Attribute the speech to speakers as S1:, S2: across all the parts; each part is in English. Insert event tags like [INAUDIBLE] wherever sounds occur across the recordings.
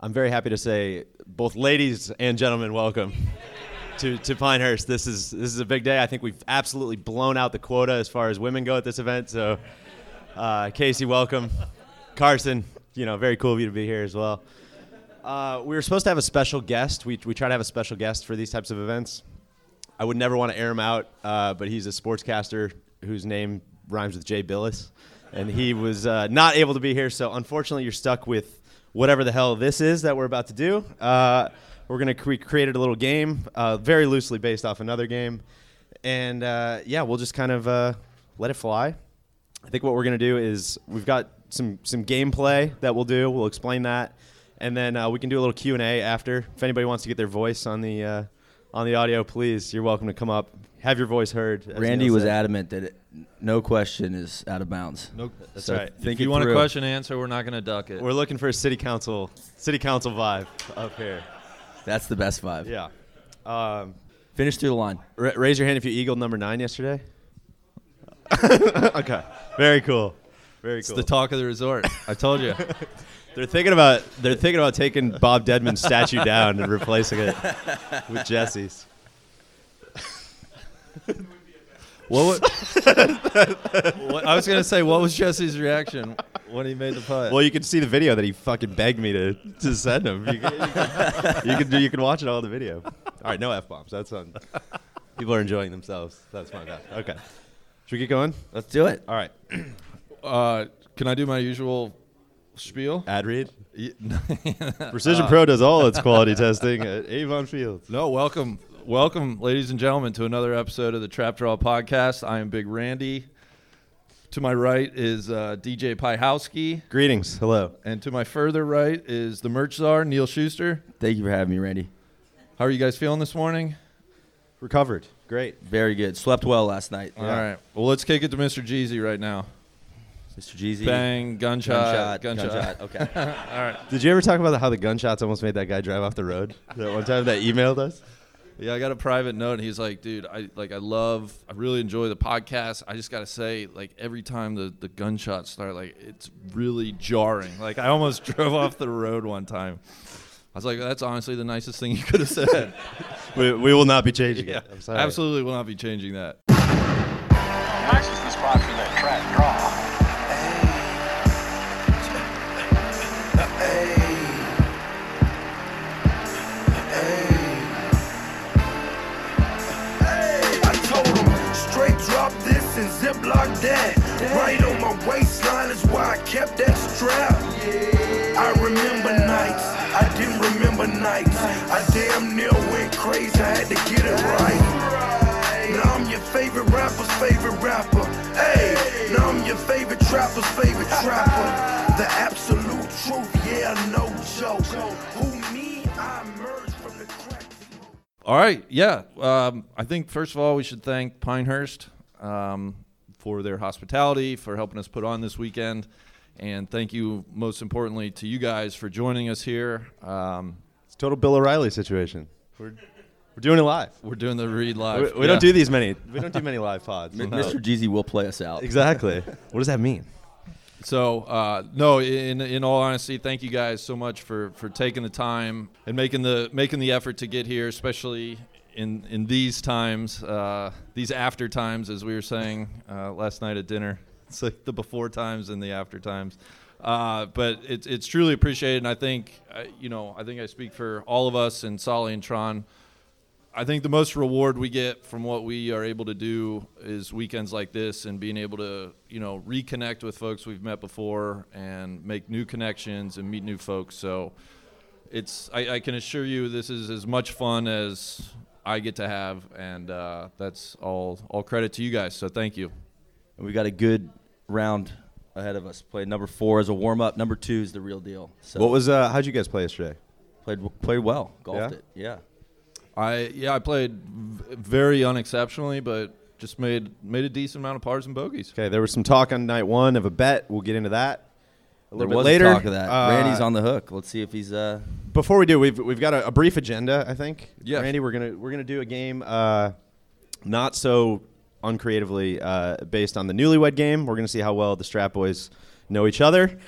S1: I'm very happy to say, both ladies and gentlemen, welcome to, to Pinehurst. This is, this is a big day. I think we've absolutely blown out the quota as far as women go at this event. So, uh, Casey, welcome. Carson, you know, very cool of you to be here as well. Uh, we were supposed to have a special guest. We, we try to have a special guest for these types of events. I would never want to air him out, uh, but he's a sportscaster whose name rhymes with Jay Billis, and he was uh, not able to be here. So unfortunately, you're stuck with whatever the hell this is that we're about to do. Uh, we're gonna cre- created a little game, uh, very loosely based off another game, and uh, yeah, we'll just kind of uh, let it fly. I think what we're gonna do is we've got some some gameplay that we'll do. We'll explain that, and then uh, we can do a little Q and A after. If anybody wants to get their voice on the uh, on the audio, please, you're welcome to come up, have your voice heard. as
S2: Randy
S1: Neil
S2: was
S1: said.
S2: adamant that it, no question is out of bounds.
S3: No,
S1: That's
S2: So
S1: right.
S2: Think
S3: if you
S2: it
S3: want
S2: through.
S3: a question and answer, we're not going to duck it.
S1: We're looking for a city council city council vibe up here.
S2: That's the best five.
S1: Yeah. Um,
S2: Finish through the line.
S1: ra- raise your hand if you eagled number nine yesterday. [LAUGHS] okay. Very cool. Very
S3: it's
S1: cool.
S3: the talk of the resort. I told you.
S1: they're thinking about they're thinking about taking Bob Deadman's statue down and replacing it with Jesse's.
S3: What, wa- what- I was going to say, what was Jesse's reaction when he made the putt?
S1: Well, you can see the video that he fucking begged me to, to send him. You can, you, can, you, can, do- you can watch it all in the video. All right, no f bombs. That's on. People are enjoying themselves. That's my bad. Okay, should we get going?
S2: Let's [LAUGHS] do it.
S1: All right,
S3: uh, can I do my usual spiel?
S1: ad read.
S3: Y-
S1: Precision Pro does all its quality testing at Avon Fields.
S3: [LAUGHS] No, welcome, welcome, ladies and gentlemen, to another episode of the Trap Draw Podcast. I am Big Randy. To my right is uh, DJ Pihowski,
S1: Greetings. Hello.
S3: and to my further right is the merch czar Neil Schuster.
S2: Thank you for having me, Randy.
S3: How are you guys feeling this morning?
S1: Recovered. Great.
S2: Very good. Slept well last night.
S3: All right. Well, let's kick it to Mr. Jeezy right now.
S2: Mr. Jeezy.
S3: Bang, gunshot,
S2: Gunshot.
S3: gunshot. [LAUGHS]
S2: Okay.
S3: All right.
S1: Did you ever talk about how the gunshots almost made that guy drive off the road? That one time that emailed us.
S3: Yeah, I got a private note. And he's like, dude, I like, I love, I really enjoy the podcast. I just gotta say, like, every time the the gunshots start, like, it's really jarring. Like, I almost [LAUGHS] drove off the road one time. I was like, that's honestly the nicest thing you could
S1: [LAUGHS]
S3: have said.
S1: We, we will not be changing
S3: yeah,
S1: it. I'm sorry.
S3: absolutely will not be changing that.
S4: Max is the spot for that trap draw.
S5: I told him, straight drop this and zip lock that. Right on my waistline is why I kept that strap. I remember nights, I didn't remember nights. I damn near went crazy, I had to get it right. Now I'm your favorite rapper's favorite rapper. Hey, now I'm your favorite trapper's favorite trapper. The absolute truth, yeah, no joke. Who me, I emerged from the crack.
S3: All right, yeah. Um, I think first of all, we should thank Pinehurst um, for their hospitality, for helping us put on this weekend, and thank you most importantly to you guys for joining us here. Um,
S1: It's total Bill O'Reilly situation. We're, we're doing it live.
S3: We're doing the read
S1: We,
S3: live.
S1: we don't do these many. We don't do many live pods.
S2: M-
S1: No.
S2: Mr. Jeezy will play us out.
S1: Exactly. What does that mean?
S3: So uh, no, in in all honesty, thank you guys so much for for taking the time and making the making the effort to get here, especially in in these times, uh, these after times, as we were saying uh, last night at dinner. [LAUGHS] It's like the before times and the after times. Uh, but it's it's truly appreciated, and I think uh, you know I think I speak for all of us and Solly and Tron. I think the most reward we get from what we are able to do is weekends like this and being able to, you know, reconnect with folks we've met before and make new connections and meet new folks. So it's, I, I can assure you, this is as much fun as I get to have. And uh, that's all, all credit to you guys. So thank you.
S2: And we got a good round ahead of us. Played number four as a warm up. Number two is the real deal. So
S1: What was uh, how'd you guys play yesterday?
S2: played played well. Golfed
S1: Yeah?
S2: it. Yeah.
S3: I, yeah, I played v- very unexceptionally, but just made, made a decent amount of pars and bogeys.
S1: Okay, there was some talk on night one of a bet. We'll get into that a
S2: There
S1: little
S2: was
S1: bit later.
S2: talk of that.
S1: Uh,
S2: Randy's on the hook. Let's see if he's uh
S1: Before we do, we've we've got a, a brief agenda. I think.
S3: Yes.
S1: Randy, we're gonna we're gonna do a game, uh, not so uncreatively uh, based on the newlywed game. We're gonna see how well the Strap Boys know each other.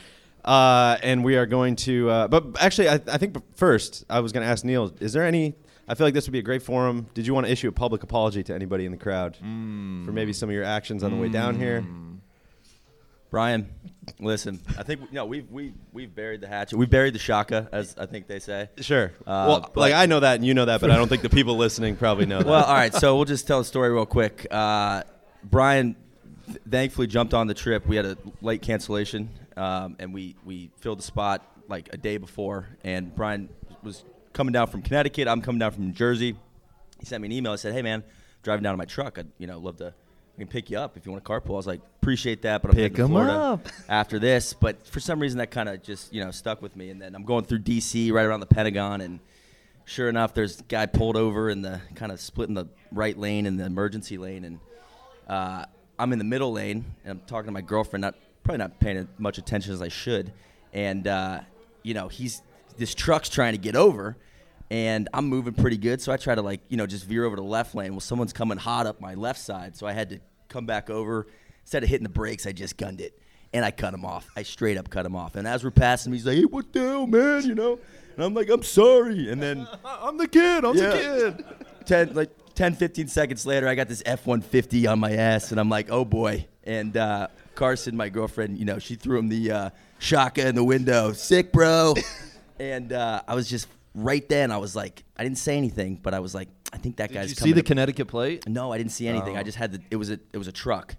S1: Uh, and we are going to, uh, but actually, I, I think first I was going to ask Neil, is there any, I feel like this would be a great forum. Did you want to issue a public apology to anybody in the crowd
S2: Mm.
S1: for maybe some of your actions on the way down here?
S2: Brian, listen, I think you know, we've we we've buried the hatchet. We buried the shaka, as I think they say.
S1: Sure.
S2: Uh,
S1: well,
S2: but-
S1: like I know that and you know that, but I don't think the people listening probably know that.
S2: [LAUGHS] Well, all right. So we'll just tell the story real quick. Uh, Brian, th- thankfully, jumped on the trip. We had a late cancellation, um, and we we filled the spot like a day before. And Brian was coming down from Connecticut. I'm coming down from New Jersey. He sent me an email. I said, "Hey, man, driving down in my truck. I would you know love to." I can pick you up if you want to carpool. I was like, appreciate that, but I'm
S3: Pick
S2: heading to
S3: 'em
S2: Florida
S3: up.
S2: after this. But for some reason, that kind of just you know stuck with me. And then I'm going through D.C. right around the Pentagon, and sure enough, there's a guy pulled over in the kind of splitting the right lane and the emergency lane, and uh, I'm in the middle lane, and I'm talking to my girlfriend, not probably not paying as much attention as I should, and uh, you know he's this truck's trying to get over, and I'm moving pretty good, so I try to like you know just veer over to the left lane. Well, someone's coming hot up my left side, so I had to come back over. Instead of hitting the brakes, I just gunned it. And I cut him off. I straight up cut him off. And as we're passing him, he's like, "Hey, what the hell, man?" You know, and I'm like, "I'm sorry." And then
S3: I'm the kid. I'm
S2: Yeah.
S3: the kid.
S2: 10 like 10 15 seconds later i got this f-150 on my ass and i'm like oh boy and uh, carson my girlfriend you know she threw him the uh, shaka in the window sick bro and uh, i was just right then i was like i didn't say anything but i was like i think that
S3: Did
S2: guy's
S3: you see
S2: coming
S3: the
S2: to-
S3: Connecticut plate?
S2: no i didn't see anything i just had the it was a it was a truck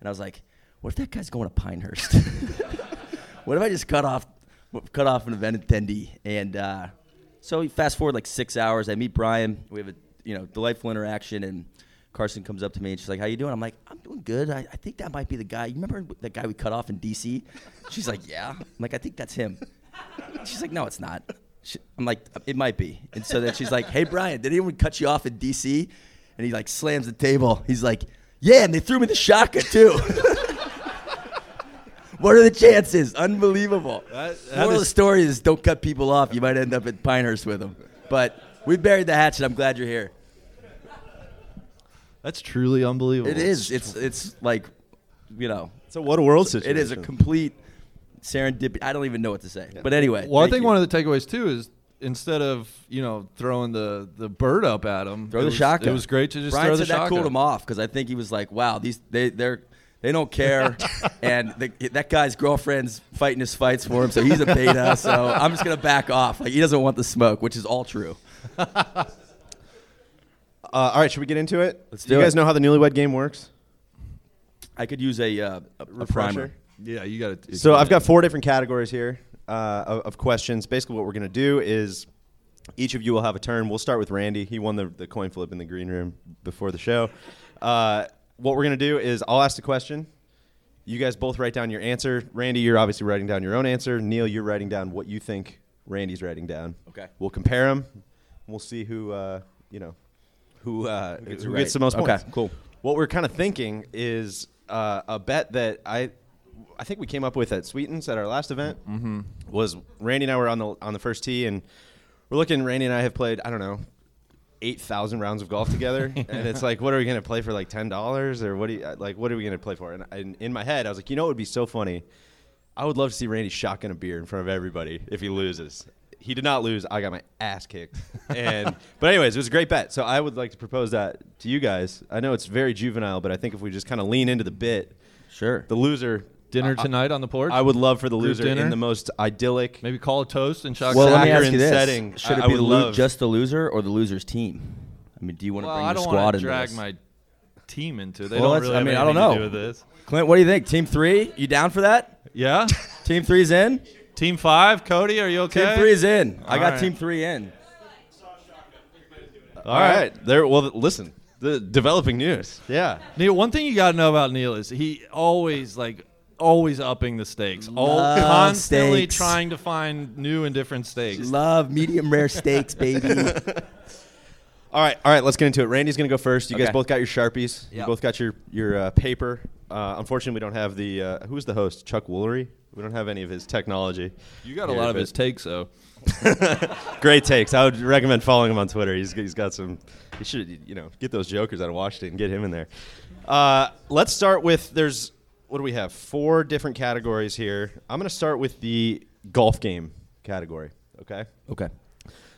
S2: and i was like what if that guy's going to pinehurst what if I just cut off cut off an event attendee? And uh, so we fast forward like six hours. I meet Brian. We have a you know delightful interaction, and Carson comes up to me and she's like, "How you doing?" I'm like, "I'm doing good. I, I think that might be the guy. You remember that guy we cut off in D.C.?" She's like, "Yeah." I'm like, "I think that's him." She's like, "No, it's not." She, I'm like, "It might be." And so then she's like, "Hey Brian, did anyone cut you off in D.C.?" And he like slams the table. He's like, "Yeah," and they threw me the shotgun too. [LAUGHS] What are the chances? Unbelievable.
S3: That- that
S2: Moral of the
S3: is-
S2: story is don't cut people off. You might end up at Pinehurst with them. But we buried the hatchet. I'm glad you're here.
S3: That's truly unbelievable.
S2: It is. It's it's like, you know,
S1: so what a world situation.
S2: it is a complete serendipity. I don't even know what to say. But anyway.
S3: Well, I
S2: thank
S3: think
S2: you.
S3: one of the takeaways too is instead of you know throwing the the bird up at him,
S2: throw
S3: it
S2: the
S3: was,
S2: shotgun.
S3: It was great to just
S2: Brian
S3: throw
S2: said
S3: the
S2: that
S3: shotgun.
S2: cooled him off because I think he was like, wow, these they they're they don't
S3: [LAUGHS]
S2: care, and the, that guy's girlfriend's fighting his fights for him, so he's a
S3: [LAUGHS]
S2: beta. so I'm just gonna back off. Like he doesn't want the smoke, which is all true.
S1: Uh, all right, should we get into it? Let's
S2: do
S1: You guys
S2: it.
S1: know how the newlywed game works?
S2: I could use a, uh, a, a primer.
S1: Refresher?
S3: Yeah, you got to.
S1: So I've got four different categories here uh, of, of questions. Basically, what we're going to do is each of you will have a turn. We'll start with Randy. He won the, the coin flip in the green room before the show. Uh, what we're going to do is I'll ask the question. You guys both write down your answer. Randy, you're obviously writing down your own answer. Neil, you're writing down what you think Randy's writing down.
S2: Okay.
S1: We'll compare them. We'll see who uh, you know who uh, who
S2: gets
S1: gets,
S2: it right.
S1: the most
S2: Okay,
S1: points.
S2: cool.
S1: What we're kind of thinking is uh, a bet that I, I think we came up with at Sweetens at our last event mm-hmm. was Randy and I were on the on the first tee and we're looking. Randy and I have played I don't know eight thousand rounds of golf [LAUGHS] together, and it's like, what are we gonna play for like ten dollars or what? Do you, like, what are we gonna play for? And, and in my head, I was like, you know, it would be so funny. I would love to see Randy shotgun a beer in front of everybody if he loses. He did not lose. I got my ass kicked.
S3: [LAUGHS]
S1: And but anyways, it was a great bet. So I would like to propose that to you guys. I know it's very juvenile, but I think if we just kind of lean into the bit,
S2: Sure.
S1: the loser
S3: dinner
S1: I-
S3: tonight on the porch.
S1: I would love for the
S3: Group
S1: loser
S3: dinner?
S1: in the most idyllic.
S3: maybe call a toast and shotgun.
S2: Well, let me
S1: Soccer
S2: ask you
S1: in
S2: this:
S1: setting,
S2: Should
S1: I-
S2: it
S1: I
S2: be
S1: would
S2: lo-
S1: love-
S2: just the loser or the loser's team? I mean, do you want to
S3: Well,
S2: bring
S3: I
S2: your
S3: don't
S2: squad
S3: want
S2: into
S3: to drag
S2: this?
S3: my team into. They
S2: Well,
S3: don't
S2: that's-
S3: really.
S2: I
S3: have
S2: mean, I don't
S3: anything
S2: know.
S3: to do with this.
S2: Clint, what do you think? Team three, you down for that?
S3: Yeah,
S2: Team three's in.
S3: team five. Cody, are you okay?
S2: Team three's in. I
S3: All
S2: got
S3: right.
S2: team three in.
S1: All right, there. Well, listen, the developing news. Yeah,
S3: Neil, one thing you got to know about Neil is he always like always upping the stakes, all
S2: Love
S3: constantly
S2: stakes.
S3: trying to find new and different stakes.
S2: Love medium rare steaks, [LAUGHS] baby.
S1: All right, all right. Let's get into it. Randy's gonna go first. You guys
S2: Okay.
S1: both got your sharpies. You
S2: Yep.
S1: both got your your uh, paper. Uh, unfortunately, we don't have the uh, who's the host, Chuck Woolery. We don't have any of his technology.
S3: You got a
S1: here,
S3: lot of
S1: but-
S3: his takes though.
S1: great takes. I would recommend following him on Twitter. He's he's got some. You should you know get those jokers out of Washington and get him in there. Uh, let's start with there's. what do we have? Four different categories here. I'm going to start with the golf game category. Okay.
S2: Okay.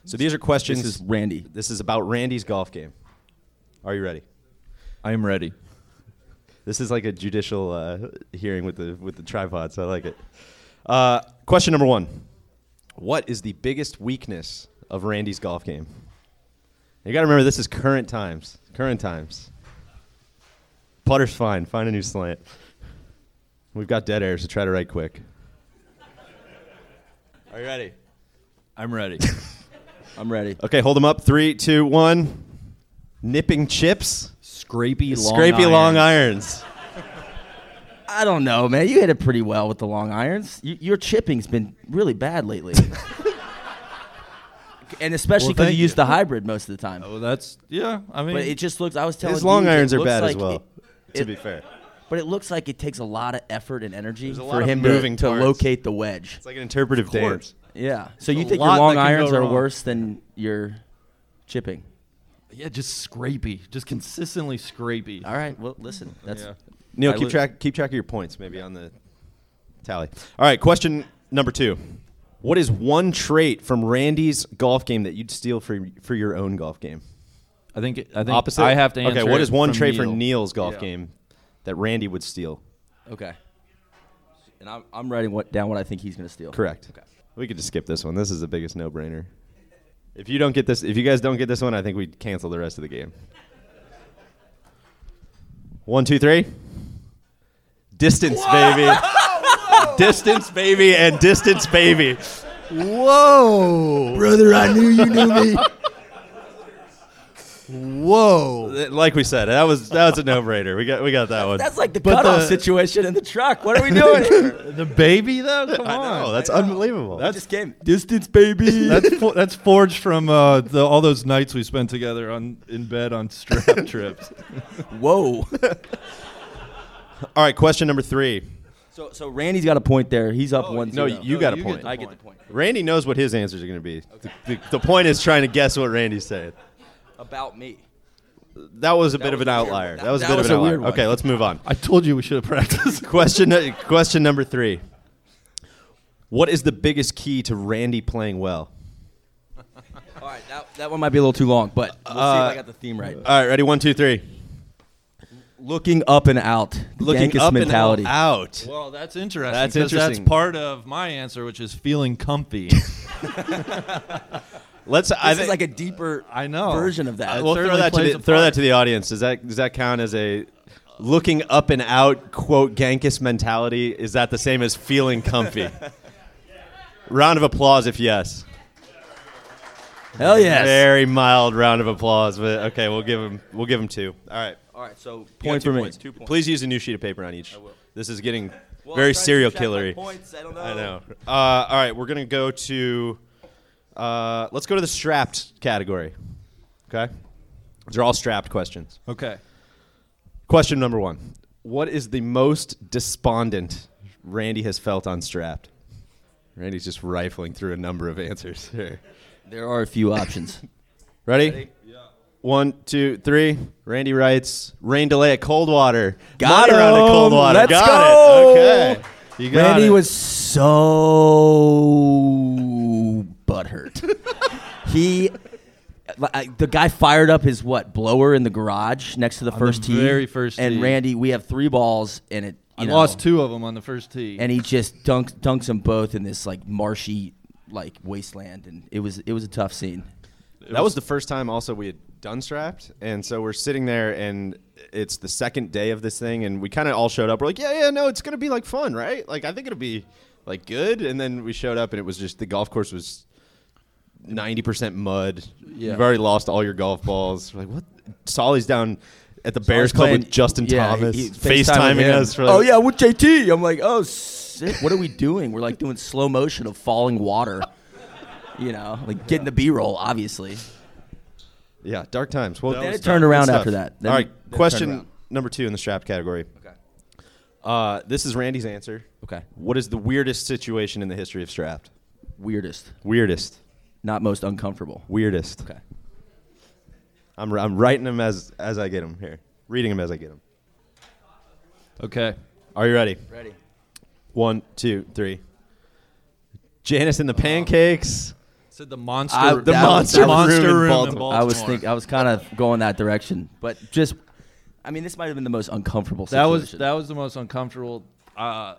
S1: So these are questions.
S2: This is Randy.
S1: This is about Randy's golf game. Are you ready?
S3: I am ready.
S1: This is like a judicial uh, hearing with the with the tripod, so I like it. Uh, question number one: What is the biggest weakness of Randy's golf game? You got to remember this is current times. Current times. Putter's fine. Find a new slant. We've got dead air, so try to write quick. Are you ready?
S3: I'm ready.
S2: I'm ready.
S1: Okay, hold them up. Three, two, one. Nipping chips.
S6: Scrapey long.
S1: Scrapey long
S6: irons.
S1: irons.
S2: I don't know, man. You hit it pretty well with the long irons. You, your chipping's been really bad [LAUGHS] lately. and especially
S3: Well,
S2: because
S3: thank
S2: you use
S3: you.
S2: the hybrid most of the time.
S3: well, oh, that's yeah. I mean,
S2: But it just looks. I was telling
S1: His long
S2: Deej, it
S1: irons are
S2: looks
S1: bad as
S2: like
S1: well.
S2: it-
S1: to
S2: it-
S1: be fair.
S2: But it looks like it takes a lot of effort and energy
S1: a lot
S2: for
S1: of
S2: him to-
S1: moving
S2: to,
S1: parts.
S2: locate the wedge.
S1: It's like an interpretive dance.
S2: Yeah. So you
S1: a
S2: think your
S1: lot
S2: long
S1: that can go
S2: irons are
S1: wrong.
S2: worse than your chipping?
S3: yeah, just scrapey, just consistently scrapey.
S2: All right. Well, listen. That's
S3: Yeah.
S1: Neil,
S2: I
S1: keep
S2: would-
S1: track keep track of your points maybe on the tally. All right, question number 2. What is one trait from Randy's golf game that you'd steal for for your own golf game?
S6: I think. I think.
S1: Opposite.
S6: I have to answer.
S1: Okay, what
S6: it
S1: is one
S6: from
S1: trait for
S6: Neil.
S1: Neil's golf
S3: Yeah.
S1: game that Randy would steal?
S2: okay. And I'm, I'm writing what down what I think he's going to steal.
S1: Correct. We could just skip this one. This is the biggest no-brainer. If you don't get this, if you guys don't get this one, I think we cancel the rest of the game. One, two, three. Distance,
S2: [LAUGHS]
S1: baby. distance, baby, and distance, baby.
S6: Whoa, brother! I knew you
S3: [LAUGHS]
S6: knew me. Whoa.
S1: Like we said, that was that was a no-brainer. We got we got that one.
S2: That's like the
S6: But
S2: cutoff
S6: the-
S2: situation in the truck. What are
S1: [LAUGHS]
S2: we doing? here?
S6: The baby though, come
S1: I know,
S6: on.
S1: that's unbelievable.
S2: I just came.
S6: Distance, baby.
S3: [LAUGHS] That's fo- that's forged from uh, the, all those nights we spent together on in bed on strap trips.
S2: Whoa.
S1: all right. Question number three.
S2: so so Randy's got a point there. He's up one.
S1: Oh, No,
S2: zero.
S1: you got a point.
S2: I get the point.
S1: Randy knows what his answers are going to be. The, the, the point is trying to guess what Randy's saying.
S2: About me.
S1: That was a bit of
S2: was
S1: an
S2: a weird
S1: outlier.
S2: one.
S1: That was a
S2: That-
S1: bit of
S2: that
S1: an
S2: was a
S1: outlier.
S2: weird one.
S1: Okay, let's move on.
S3: I told you we should have practiced.
S1: question question number three. What is the biggest key to Randy playing well?
S2: All right, that, that one might be a little too long, but we'll see
S1: Uh,
S2: if I got the theme right.
S1: All right, ready? One, two, three.
S2: Looking up and out. The
S1: Looking
S2: Yankees
S1: up
S2: mentality.
S1: and out.
S3: Well, that's interesting.
S1: That's
S3: 'cause
S1: interesting.
S3: That's part of my answer, which is feeling comfy.
S1: Let's. I
S2: This
S1: think
S2: is like a deeper
S3: I know.
S2: version of that.
S1: we'll
S3: certainly
S1: throw that to
S3: plays
S1: the,
S3: a
S1: throw that
S3: part.
S1: to the audience. Does that does that count as a looking up and out quote Gankus mentality? Is that the same as feeling comfy? [LAUGHS] round of applause if yes.
S2: Hell yes.
S1: Very mild round of applause, but okay, we'll give him we'll give him two. All right.
S2: All right, so
S1: You
S2: point
S1: got two
S2: for me.
S1: points. Please use a new sheet of paper on each.
S2: will.
S1: This is getting
S2: Well, I'm
S1: very
S2: trying to
S1: serial
S2: subtract my
S1: killery.
S2: points, I don't know.
S1: I know. Uh, all right, we're gonna go to. Uh, let's go to the strapped category. Okay, these are all strapped questions.
S3: okay.
S1: Question number one: What is the most despondent Randy has felt on strapped? Randy's just rifling through a number of answers here.
S2: There are a few options.
S1: Ready? One, two, three. Randy writes, rain delay at Coldwater.
S2: Got
S1: Money round at
S2: him.
S1: Coldwater.
S2: Let's
S1: Got
S2: go.
S1: it. Okay.
S3: You got
S2: Randy
S3: it.
S2: was so
S3: [LAUGHS]
S2: butthurt. he, I- the guy fired up his what blower in the garage next to the first tee.
S3: very first
S2: And
S3: tee.
S2: Randy, we have three balls, and it.
S3: I
S2: you know,
S3: lost two of them on the first tee.
S2: and he just dunks dunks them both in this like marshy like wasteland, and it was it was a tough scene.
S1: That was the first time also we had done strapped. And so we're sitting there and it's the second day of this thing and we kind of all showed up. We're like, yeah, yeah, no, it's going to be like fun, right? Like I think it'll be like good. And then we showed up and it was just the golf course was 90% mud.
S3: Yeah.
S1: You've already lost all your golf balls. We're like, what? Solly's down at the Bears Club
S2: playing-
S1: with Justin
S2: yeah,
S1: Thomas,
S2: he- he- FaceTiming
S1: FaceTiming
S2: him.
S1: us. We're like,
S2: oh yeah, with JT. I'm like, oh, sick. what are we doing? We're like doing slow motion of falling water. You know, like getting the B-roll, obviously.
S1: Yeah, dark times. Well,
S2: Then was it turned tough. around after that. Then
S1: All
S2: it-
S1: right,
S2: then it turned
S1: question
S2: around.
S1: number two in the strap category.
S2: Okay.
S1: Uh, this is Randy's answer.
S2: Okay.
S1: What is the weirdest situation in the history of strapped?
S2: Weirdest,
S1: Weirdest.
S2: not most uncomfortable.
S1: Weirdest.
S2: Okay.
S1: I'm, I'm writing them as as I get them here, reading them as I get them.
S3: okay.
S1: Are you ready?
S2: Ready.
S1: One, two, three. Janice and the Pancakes.
S3: Said the monster,
S2: I-
S1: The
S2: that
S1: monster,
S2: was-
S3: monster
S1: room, in
S3: room in
S1: Baltimore.
S2: I was
S3: Baltimore.
S2: think I was kind of going that direction, but just I mean, this might have been the most uncomfortable.
S3: That was
S2: situation.
S3: that was the most uncomfortable. Uh,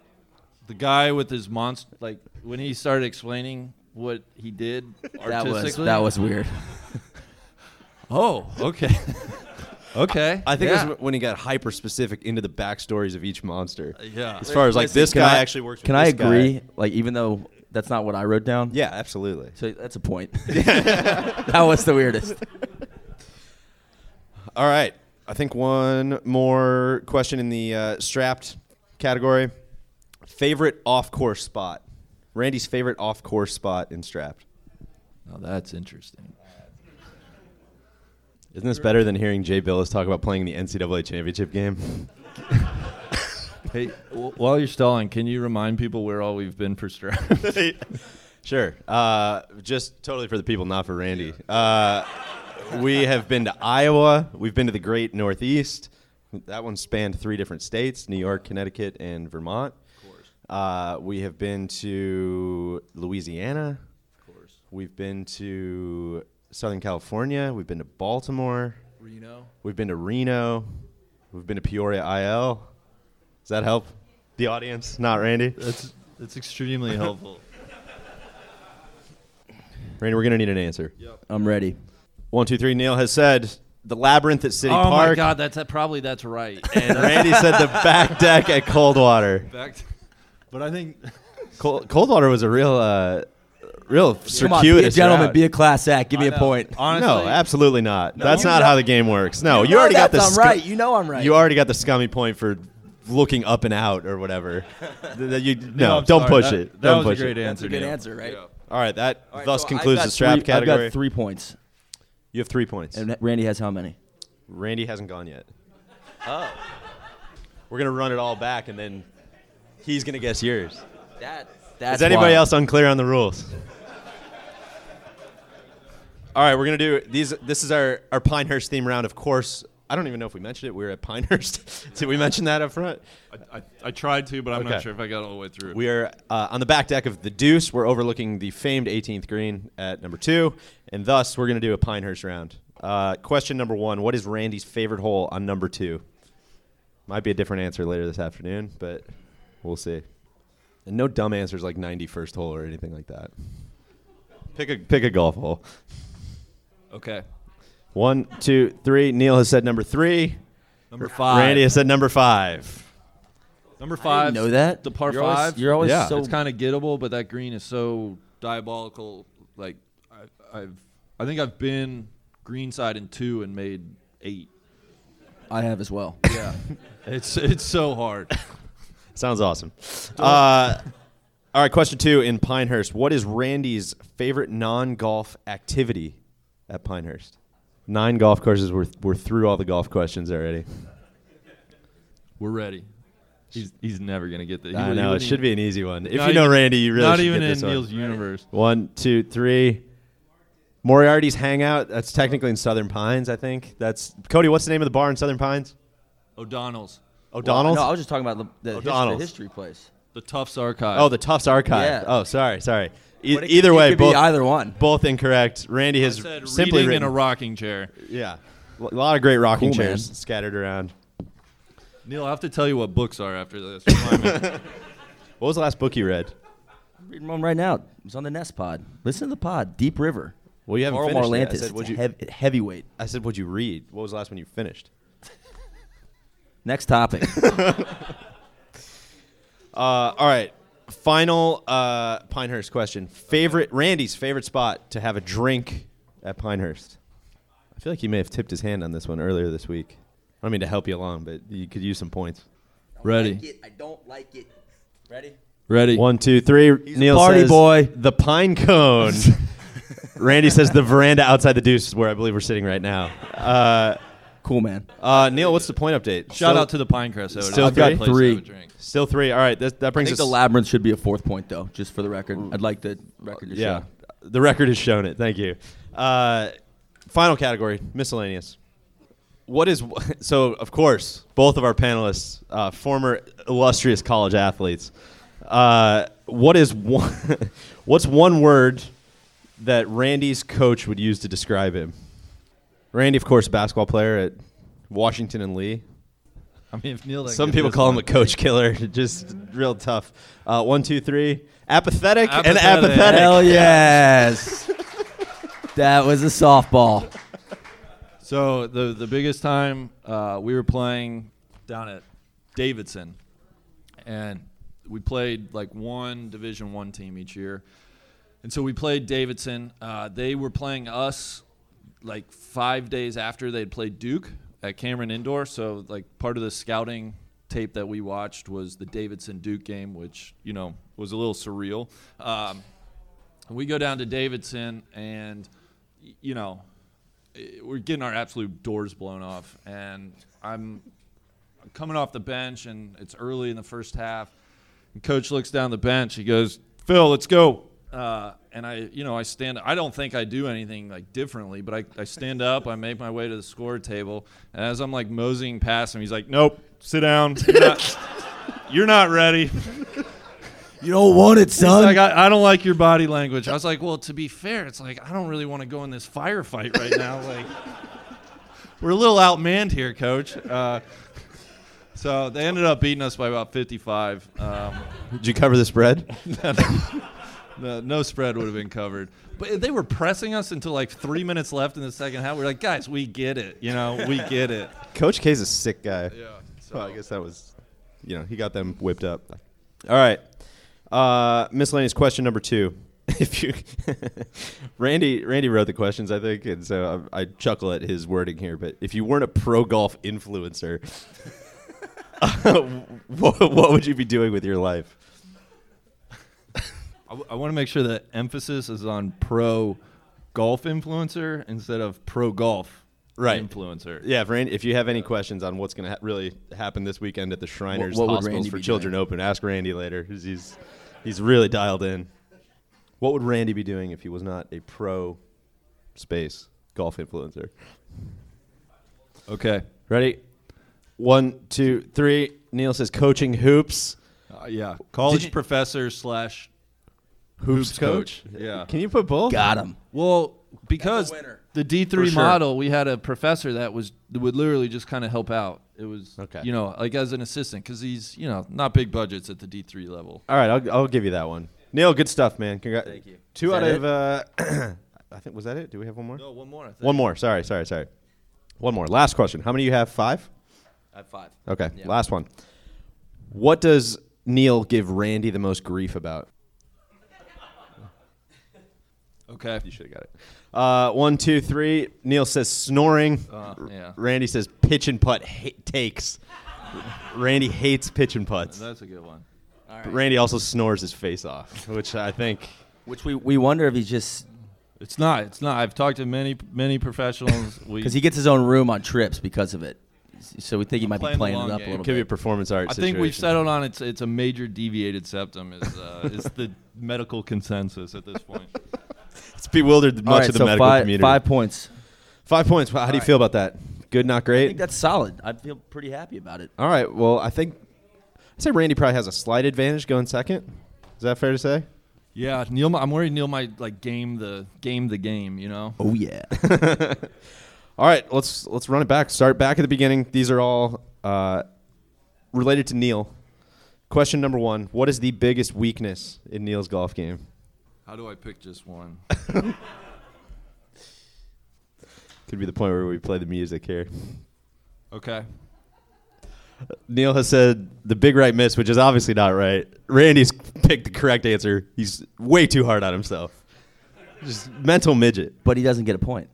S3: the guy with his monster, like when he started explaining what he did
S2: that was
S3: artistically.
S2: that was weird.
S3: Oh, okay, [LAUGHS] okay.
S1: I think
S3: yeah.
S1: it was when he got hyper specific into the backstories of each monster.
S3: yeah.
S1: As far as like
S2: Listen,
S1: this
S2: can
S1: guy
S2: I-
S1: actually works.
S2: Can
S1: with
S2: I
S1: this guy.
S2: agree? Like, even though that's not what I wrote down.
S1: Yeah, absolutely.
S2: So that's a point. [LAUGHS] that was the weirdest.
S1: All right. I think one more question in the uh, strapped category. Favorite off course spot? Randy's favorite off course spot in strapped.
S3: Now Oh, that's interesting.
S1: Isn't this better than hearing Jay Billis talk about playing the NCAA championship game? [LAUGHS]
S3: Hey, w- while you're stalling, can you remind people where all we've been for strap?
S1: [LAUGHS] sure. Uh, just totally for the people, not for Randy. Uh, we have been to Iowa. We've been to the Great Northeast. That one spanned three different states: New York, Connecticut, and Vermont. Of course. Uh, we have been to Louisiana. Of course. We've been to Southern California. We've been to Baltimore.
S3: Reno.
S1: We've been to Reno. We've been to Peoria, IL. Does that help the audience? Not [LAUGHS] Randy.
S3: [LAUGHS] That's that's extremely [LAUGHS] helpful.
S1: Randy, we're gonna need an answer.
S2: I'm ready.
S1: One, two, three. Neil has said the labyrinth at City
S3: oh
S1: Park.
S3: my God, that's probably that's [LAUGHS] right.
S1: And Randy said the back deck at Coldwater.
S3: Back but I think
S1: Col- Coldwater was a real, uh, real
S2: Come on, be a
S1: circuitous
S2: gentleman.
S1: route.
S2: Be a class act. Give me
S3: I
S2: a
S3: know.
S2: point.
S3: honestly,
S1: no, absolutely not. that's
S2: you
S1: not
S2: know-
S1: how the game works. No, Oh, you,
S2: know
S1: already got the.
S2: that's
S1: scu-
S2: I'm right. You know I'm right.
S1: You already got the scummy point for looking up and out or
S2: [LAUGHS]
S1: whatever. Th- that you- no,
S3: I'm
S1: don't
S3: sorry.
S1: push
S3: That-
S1: it.
S3: that
S1: don't
S3: was a
S1: push
S3: great
S1: it.
S2: That's
S3: answer.
S2: a good
S3: Neil.
S2: answer, right?
S1: All right, that
S2: All right,
S1: thus
S2: so I've
S1: concludes
S2: got
S1: the strap
S2: three-
S1: category.
S2: I've got three points,
S1: You have three points.
S2: and Randy has how many?
S1: Randy hasn't gone yet. Oh. [LAUGHS] We're gonna run it all back, and then he's gonna guess yours.
S2: That that's
S1: Is anybody
S2: wild.
S1: else unclear on the rules? All right, we're gonna do these. This is our our Pinehurst theme round. Of course, I don't even know if we mentioned it. We were at Pinehurst. [LAUGHS] Did we mention that up front?
S3: I, I, I tried to, but I'm
S1: Okay.
S3: not sure if I got all the way through.
S1: We are uh, on the back deck of the Deuce. We're overlooking the famed 18th green at number two, and thus we're gonna do a Pinehurst round. Uh, question number one: What is Randy's favorite hole on number two? Might be a different answer later this afternoon, but we'll see. And no dumb answers like 91st hole or anything like that. Pick a pick a golf hole.
S3: okay.
S1: One, two, three. Neil has said number three.
S3: Number five.
S1: Randy has said number five.
S3: Number five.
S2: I didn't know that.
S3: The par
S2: You're always-
S3: 5
S2: you're always
S1: Yeah.
S2: so
S3: it's kind of gettable, but that green is so diabolical. Like I, I've, I think I've been greenside in two and made eight.
S2: I have as well.
S3: Yeah, it's it's
S1: [LAUGHS]
S3: so hard.
S1: Sounds awesome. Uh, all right, question two in Pinehurst. What is Randy's favorite non-golf activity at Pinehurst? Nine golf courses. We're, we're through all the golf questions already.
S3: We're ready. He's he's never gonna get that.
S1: I know it should be an easy one. If
S3: Not
S1: you know
S3: even-
S1: Randy, you really
S3: not
S1: should
S3: even
S1: get this
S3: in
S1: one.
S3: Neil's universe.
S1: One, two, three. Moriarty's Hangout. That's technically in Southern Pines, I think. That's Cody. What's the name of the bar in Southern Pines?
S3: O'Donnell's,
S1: O'Donnell's.
S2: No, I was just talking about the, the, his- the
S1: O'Donnell's.
S2: history place.
S3: the Tufts Archive.
S1: Oh, the Tufts Archive.
S2: Yeah.
S1: Oh, sorry, sorry. E-
S2: But it-
S1: either
S2: it
S1: way,
S2: could be
S1: both
S2: either one.
S1: both incorrect. Randy has
S3: said
S1: simply
S3: reading in
S1: written
S3: a rocking chair.
S1: yeah, L- a lot of great rocking
S2: Cool, man.
S1: chairs scattered around.
S3: Neil, I will have to tell you what books are after this. Remind me.
S1: [LAUGHS] What was the last book you read?
S2: I'm reading one right now. It was on the Nest Pod. Listen to the pod. Deep River.
S1: Well, you haven't
S2: Carl
S1: finished yet. I
S2: Marlantis.
S1: said,
S2: It's
S1: what'd you,
S2: heav- heavyweight.
S1: I said, "Would you read?" What was the last one you finished?
S2: Next topic.
S1: [LAUGHS] Uh, all right, final uh, Pinehurst question. Favorite Randy's favorite spot to have a drink at Pinehurst. I feel like you may have tipped his hand on this one earlier this week. I don't mean to help you along, but you could use some points.
S3: Ready,
S2: I don't like it. Ready?
S3: ready.
S1: One, two, three.
S2: a
S1: Neil
S2: party
S1: says,
S2: boy.
S1: The pine
S2: [LAUGHS]
S1: cone. Randy says the veranda outside the deuce is where I believe we're sitting right now.
S2: Cool, man.
S1: Uh, Neil, what's the point update?
S3: Shout
S1: Still-
S3: out to the Pinecrest. Soda.
S1: Still
S3: I've got
S1: three?
S3: place to have a
S2: Three.
S3: drink.
S1: still three. All right, that, that
S2: I
S1: brings
S2: think
S1: us
S2: the labyrinth should be a Mm. fourth point, though, just for the record. I'd like the record to
S1: Yeah,
S2: show.
S1: the record has shown it. Thank you. Uh, final category: miscellaneous. what is [LAUGHS] so? Of course, both of our panelists, uh, former illustrious college athletes. Uh, what is one? [LAUGHS] what's one word that Randy's coach would use to describe him? Randy, of course, basketball player at Washington and Lee.
S3: I mean, if Neil didn't
S1: Some
S3: get
S1: people
S3: this
S1: call him
S3: one-
S1: a coach killer. [LAUGHS] Just real tough. Uh, one, two, three. Apathetic, and
S3: Apathetic.
S1: apathetic.
S2: Hell [LAUGHS] yes. that was a softball.
S3: So the the biggest time uh, we were playing down at Davidson, and we played like one Division One team each year, and so we played Davidson. Uh, they were playing us like five days after they'd played Duke at Cameron Indoor. So like part of the scouting tape that we watched was the Davidson Duke game, which you know was a little surreal. Um, we go down to Davidson, and y- you know we're getting our absolute doors blown off, and I'm coming off the bench, and it's early in the first half. And coach looks down the bench. He goes, "Phil, let's go." Uh, and I, you know, I stand. I don't think I do anything like differently, but I, I stand up. I make my way to the score table, and as I'm like moseying past him, he's like, "Nope, sit down. You're not, [LAUGHS] you're not ready."
S6: You don't want it,
S3: He's
S6: son.
S3: like, I, I don't like your body language. I was like, well, to be fair, it's like I don't really want to go in this firefight right now. [LAUGHS] Like, we're a little outmanned here, coach. Uh, so they ended up beating us by about 55. Um,
S1: Did you cover the spread?
S3: the, no spread would have been covered. But they were pressing us until like three minutes left in the second half. We're like, guys, we get it. You know, we get it.
S1: [LAUGHS] Coach K's a sick guy.
S3: Yeah.
S1: So I guess that was, you know, he got them whipped up. All right. Uh, miscellaneous question number two. [LAUGHS] If you, Randy, Randy wrote the questions, I think, and so I, I chuckle at his wording here. But if you weren't a pro golf influencer, [LAUGHS] what, what would you be doing with your life?
S3: I, want to make sure the emphasis is on pro golf influencer instead of pro golf
S1: Right.
S3: influencer.
S1: Yeah, if, Randy, if you have any questions on what's going to ha- really happen this weekend at the Shriners
S2: what would
S1: Hospitals
S2: Randy
S1: for
S2: be
S1: Children Open, ask Randy later 'cause he's he's really dialed in. What would Randy be doing if he was not a pro space golf influencer?
S3: Okay.
S1: Ready? One, two, three. Neil says coaching hoops.
S3: Uh, yeah, college
S1: you-
S3: professor slash.
S1: Hoops,
S3: coach? Yeah.
S1: Can you put both?
S2: Got him.
S3: Well, because
S2: winner.
S3: the D three
S1: For sure.
S3: model, we had a professor that was would literally just kind of help out. It was
S1: Okay.
S3: you know, like as an assistant, because he's you know not big budgets at the D three level.
S1: All right, I'll, I'll give you that one. Neil, good stuff, man. Congra- Thank
S2: you.
S1: Two
S2: Is
S1: out of
S2: that
S1: uh, [CLEARS THROAT] I think was that it? Do we have one more?
S3: No, Oh, one more. I think.
S1: One more. Sorry, sorry, sorry. One more. Last question. How many you have? Five.
S2: I have five.
S1: Okay,
S2: Yeah.
S1: last one. What does Neil give Randy the most grief about?
S3: Okay.
S1: You should have got it. Uh, one, two, three. Neil says snoring.
S3: Uh, yeah.
S1: Randy says pitch and putt ha- takes. Randy hates pitch and putts.
S3: That's a good one.
S1: But Randy also snores his face off, which I think.
S2: Which we, we wonder if he's just
S3: It's not. It's not. I've talked to many many [LAUGHS] professionals. We
S2: because he gets his own room on trips because of it. So we think he might
S3: playing
S2: be
S3: the
S2: playing
S3: long
S2: it up
S3: game.
S2: a little
S1: Could be a
S2: bit.
S1: performance art
S3: I think we've
S1: situation.
S3: settled on it's it's a major deviated septum is [LAUGHS] uh, is the medical consensus at this point.
S1: It's bewildered much
S2: All right,
S1: of the
S2: so
S1: medical
S2: five,
S1: community.
S2: five points.
S1: Five points. Wow, How do you feel about that? Good, not great?
S2: I think that's solid. I feel pretty happy about it.
S1: All right. Well, I think I'd say Randy probably has a slight advantage going second. Is that fair to say?
S3: Yeah, Neil. I'm worried Neil might like game the game the game. You know.
S2: Oh yeah.
S1: All right, let's let's run it back. Start back at the beginning. These are all uh, related to Neil. Question number one: What is the biggest weakness in Neil's golf game?
S3: How do I pick just one?
S1: Could be the point where we play the music here.
S3: Okay.
S1: Neil has said the big right miss, which is obviously not right. Randy's [LAUGHS] picked the correct answer. He's way too hard on himself. Just mental midget.
S2: [LAUGHS] but he doesn't get a point.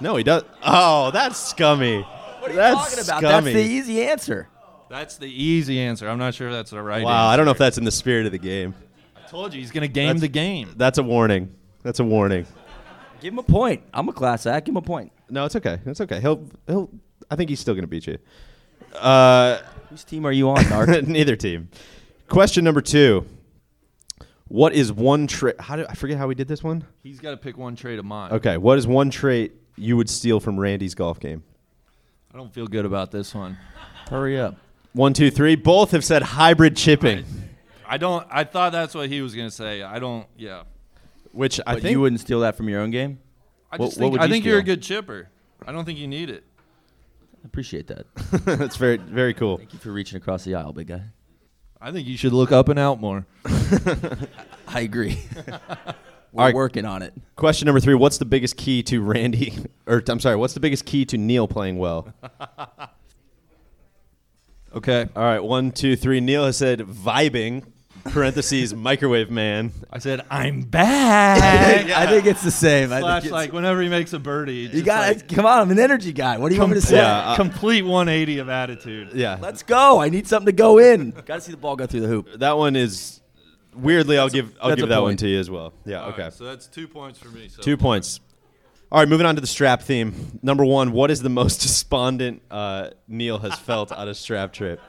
S1: No, he does. Oh, that's scummy. What are you [LAUGHS] that's
S2: Talking about
S1: scummy.
S2: that's the easy answer.
S3: That's the easy answer. I'm not sure if that's the right
S1: wow, I don't know if that's in the spirit of the game.
S3: I told you he's going to game
S1: That's-
S3: the game.
S1: That's a warning. That's a warning.
S2: Give him a point. I'm a class act. Give him a point.
S1: No, it's okay. It's okay. He'll he'll. I think he's still gonna [LAUGHS] beat you. Uh, [LAUGHS]
S2: Whose team are you on, Nark?
S1: neither team. Question number two. What is one trait? How do I forget how we did this one?
S3: He's got to pick one trade of mine.
S1: Okay. What is one trait you would steal from Randy's golf game?
S3: I I don't feel good about this one.
S2: Hurry up.
S1: One, two, three. Both have said hybrid chipping,
S3: I don't. I thought that's what he was gonna say. I don't. Yeah.
S1: which I
S2: But
S1: think
S2: you wouldn't steal that from your own game.
S3: I
S2: What-
S3: just
S2: what
S3: think,
S2: would
S3: I
S2: you
S3: think you're a
S2: steal?
S3: good chipper. I don't think you need it.
S2: I appreciate that.
S1: [LAUGHS]
S2: Thank
S1: that's very, very cool.
S2: you for reaching across the aisle, big guy.
S3: I think you should look up and out more.
S2: I agree. We're
S1: right.
S2: working on it.
S1: Question number three: What's the biggest key to Randy? [LAUGHS] Or I'm sorry, what's the biggest key to Neil playing well?
S3: Okay.
S1: All right, one, two, three. Neil has said vibing. Parentheses, microwave man.
S3: I said
S2: [LAUGHS]
S3: I'm back.
S2: I think it's the same. I think
S3: Flash
S2: it's-
S3: like whenever he makes a birdie.
S2: you got to come on. I'm an energy guy. What do you want me to say?
S1: Yeah, I-
S3: complete 180 of attitude.
S1: Yeah,
S2: Let's go. I need something to go in. got to see the ball go through the hoop.
S1: that one is weirdly. I'll give. I'll
S2: that's
S1: give
S2: a
S1: that one
S2: point.
S1: to you as well. Yeah.
S3: All
S1: okay.
S3: right, so that's two points for me. So
S1: Two points. All right, moving on to the strap theme. Number one, what is the most [LAUGHS] despondent uh, Neil has felt on a strap trip?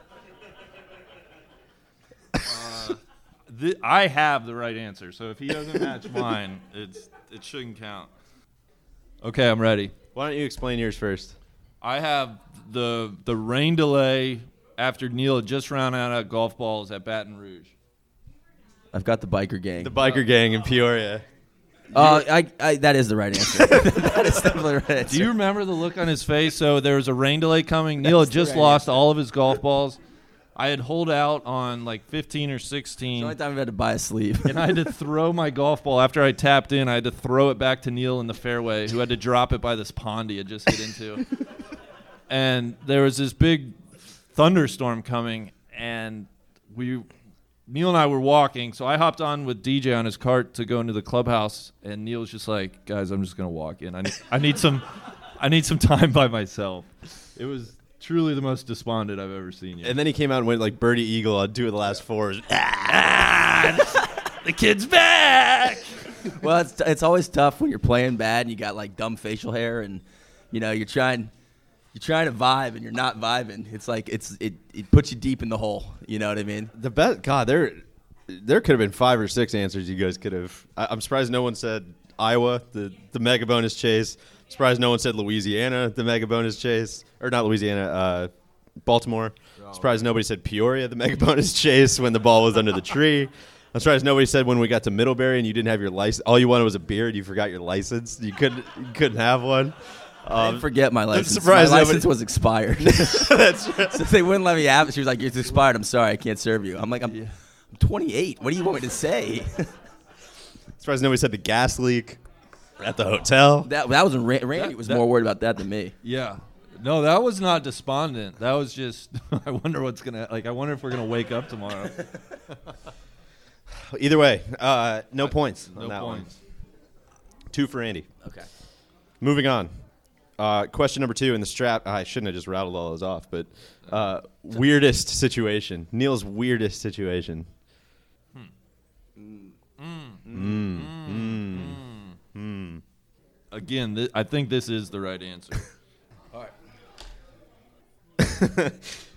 S3: Th- I have the right answer. So if he
S2: [LAUGHS]
S3: doesn't match mine, it's it shouldn't count. Okay, I'm ready.
S1: Why don't you explain yours first?
S3: I have the the rain delay after Neil had just ran out of golf balls at Baton Rouge.
S2: I've got the biker gang.
S1: The biker gang in Peoria.
S2: uh, I, I, that is the right [LAUGHS] answer. that is definitely the right answer.
S3: Do you remember the look on his face? So there was a rain delay coming. Neil had
S2: the
S3: just
S2: right
S3: lost all of his golf balls. I had holed out on like 15 or 16.
S2: the only time I've had to buy a sleeve.
S3: and I had to throw my golf ball after I tapped in. I had to throw it back to Neil in the fairway, who had to drop it by this pond he had just hit into. and there was this big thunderstorm coming, and we, Neil and I were walking. So I hopped on with DJ on his cart to go into the clubhouse, and Neil's just like, "Guys, I'm just gonna walk in. I need, I need some, I need some time by myself." It was truly the most despondent I've ever seen you.
S1: And then he came out and went like birdie eagle on two of the last fours.
S3: the kid's back.
S2: [LAUGHS] well, it's, it's always tough when you're playing bad and you got like dumb facial hair and you know you're trying you're trying to vibe and you're not vibing. It's like it's it, it puts you deep in the hole. You know what I mean?
S1: The best God, there, there could have been five or six answers you guys could have. I, I'm surprised no one said Iowa, the the mega bonus chase. surprised no one said Louisiana, the mega bonus chase, or not Louisiana, uh, Baltimore. surprised nobody said Peoria, the mega [LAUGHS] bonus chase when the ball was under the tree. I'm surprised nobody said when we got to Middlebury and you didn't have your license. All you wanted was a beer and you forgot your license. You couldn't you couldn't have one. Um,
S2: I didn't forget my license.
S1: surprised
S2: my
S1: nobody-
S2: license was
S1: [LAUGHS]
S2: expired. [LAUGHS]
S1: That's
S2: so they wouldn't let me have it. She was like, "It's expired. I'm sorry, I can't serve you." I'm like, "I'm, I'm 28. What do you want me to [LAUGHS] say?"
S1: surprised nobody said the gas leak at the hotel.
S2: that that was when Ra- Randy
S3: That-
S2: was
S3: that-
S2: more worried about that than me.
S3: Yeah. No, that was not despondent. That was just [LAUGHS] I wonder what's gonna like I wonder if we're gonna wake up tomorrow.
S1: Either way, uh, no points on
S3: No
S1: that one.
S3: points.
S1: Two for Andy.
S2: Okay.
S1: Moving on. Uh, question number two in the strap. I shouldn't have just rattled all those off, but uh, weirdest situation. Neil's weirdest situation.
S3: Again, th- I think this is the right answer.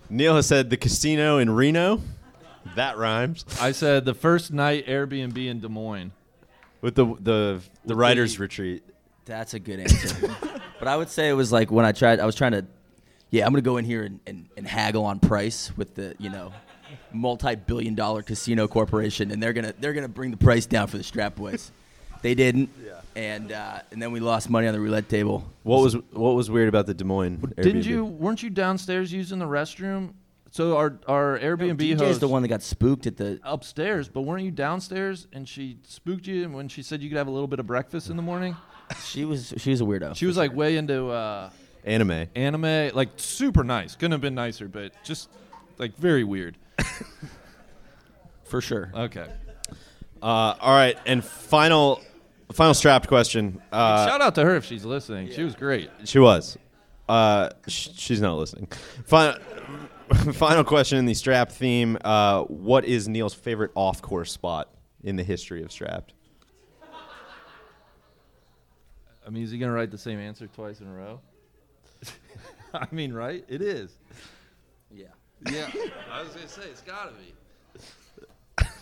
S1: Neil has said the casino in Reno. That rhymes
S3: I said the first night Airbnb in Des Moines.
S1: with the the the writers retreat.
S2: That's a good answer. [LAUGHS] but I would say it was like when I tried, I was trying to, yeah, I'm going to go in here and, and, and haggle on price with the, you know, multi-billion dollar casino corporation. And they're going to, they're going to bring the price down for the strap boys. they didn't. Yeah. And, uh, and then we lost money on the roulette table.
S1: What was what was weird about the Des Moines?
S3: Didn't
S1: Airbnb?
S3: you weren't you downstairs using the restroom? So our our Airbnb
S2: DJ's
S3: host
S2: the one that got spooked at the,
S3: upstairs, but weren't you downstairs and she spooked you and when she said you could have a little bit of breakfast in the morning?
S2: she was, she was a weirdo.
S3: She was like way into uh
S1: Anime.
S3: anime, like super nice. Couldn't have been nicer, but just like very weird.
S2: for sure.
S3: Okay.
S1: Uh, all right, and final final strapped question. Uh,
S3: [LAUGHS] Shout out to her if she's listening. She was great.
S1: She was. Uh, sh- she's not listening. Final, [LAUGHS] final question in the strap theme. Uh, what is Neil's favorite off course spot in the history of strapped?
S3: I mean, is he gonna write the same answer twice in a row? [LAUGHS] I mean, right? It is.
S2: Yeah.
S3: Yeah.
S2: [LAUGHS]
S3: I was gonna say it's gotta be. [LAUGHS]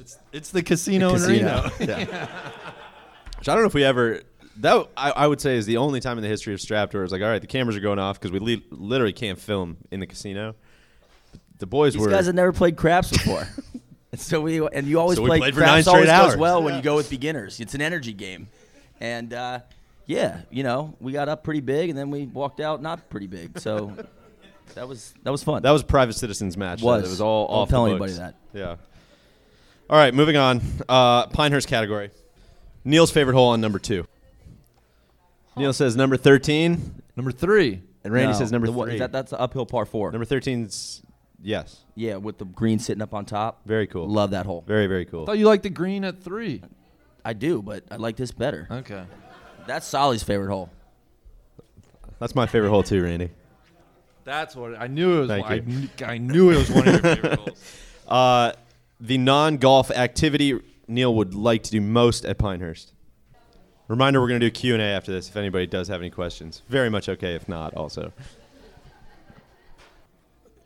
S3: It's it's the casino,
S2: The
S3: in
S2: casino. [LAUGHS]
S3: Reno.
S1: Which I don't know if we ever that I, I would say is the only time in the history of Strapdoor it's like, all right, the cameras are going off because we li- literally can't film in the casino. The boys
S2: These
S1: were
S2: guys had never played craps before.
S1: [LAUGHS]
S2: and so we and you always
S1: So we
S2: play
S1: played for nine
S2: craps
S1: straight
S2: always
S1: hours.
S2: goes well when you go with beginners. It's an energy game. And uh, yeah, you know, we got up pretty big and then we walked out not pretty
S1: [LAUGHS]
S2: big. So that was that was fun.
S1: that was a private citizens match.
S2: Was.
S1: it was all
S2: Don't
S1: off. the
S2: tell
S1: books.
S2: anybody that.
S1: Yeah. All right, moving on. Uh, Pinehurst category. Neil's favorite hole on number two. Neil says number thirteen,
S3: Number three.
S1: and Randy
S2: No,
S1: says number
S2: the one-
S1: three.
S2: That, that's the uphill par 4.
S1: number thirteen's yes,
S2: yeah, with the green sitting up on top.
S1: very cool.
S2: Love that hole.
S1: Very very cool.
S3: Thought you liked the green at three.
S2: I do, but I like this better.
S3: Okay.
S2: That's Solly's favorite hole.
S1: That's my favorite hole too, Randy.
S3: That's what I knew it was.
S1: Thank
S3: one- I,
S1: you.
S3: kn- I knew it was one of your
S2: [LAUGHS]
S3: favorite holes.
S1: Uh, the non golf activity Neil would like to do most at Pinehurst. Reminder: We're going to do Q and A after this. If anybody does have any questions, very much okay. If not, also.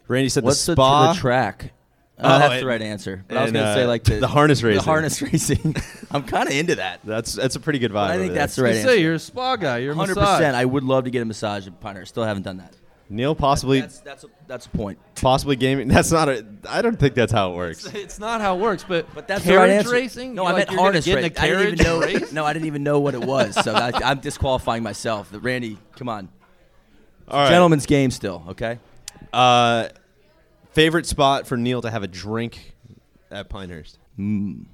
S1: Randy said
S2: What's
S1: the
S2: the,
S1: spa.
S2: the track? Oh,
S1: Oh,
S2: that's
S1: and-
S2: the right answer. But I was
S1: and,
S2: going to say
S1: uh,
S2: like the
S1: the harness racing.
S2: The harness [LAUGHS] racing. I'm kind of into that.
S1: that's that's a pretty good vibe.
S2: I
S1: over
S2: think
S1: there.
S2: that's the
S3: You
S2: right answer.
S3: say you're a spa guy. You're a
S2: Hundred
S3: massage.
S2: percent. I would love to get a massage at Pinehurst. Still haven't done that.
S1: Neil possibly
S2: That's that's a, that's a point.
S1: possibly gaming. [LAUGHS] That's not a. I don't think that's how it works.
S3: It's not how it works, but
S2: But that's
S3: carriage
S2: the right answer.
S3: racing.
S2: No,
S3: You
S2: I
S3: like
S2: meant
S3: you're gonna
S2: harness
S3: get in
S2: racing.
S3: a
S2: I didn't even know.
S3: carriage
S2: [LAUGHS]
S3: race?
S2: No, I didn't even know what it was. So that, I'm disqualifying myself. The- Randy, come on,
S1: All right.
S2: gentleman's game still. Okay.
S1: Uh, favorite spot for Neil to have a drink at Pinehurst. Mm.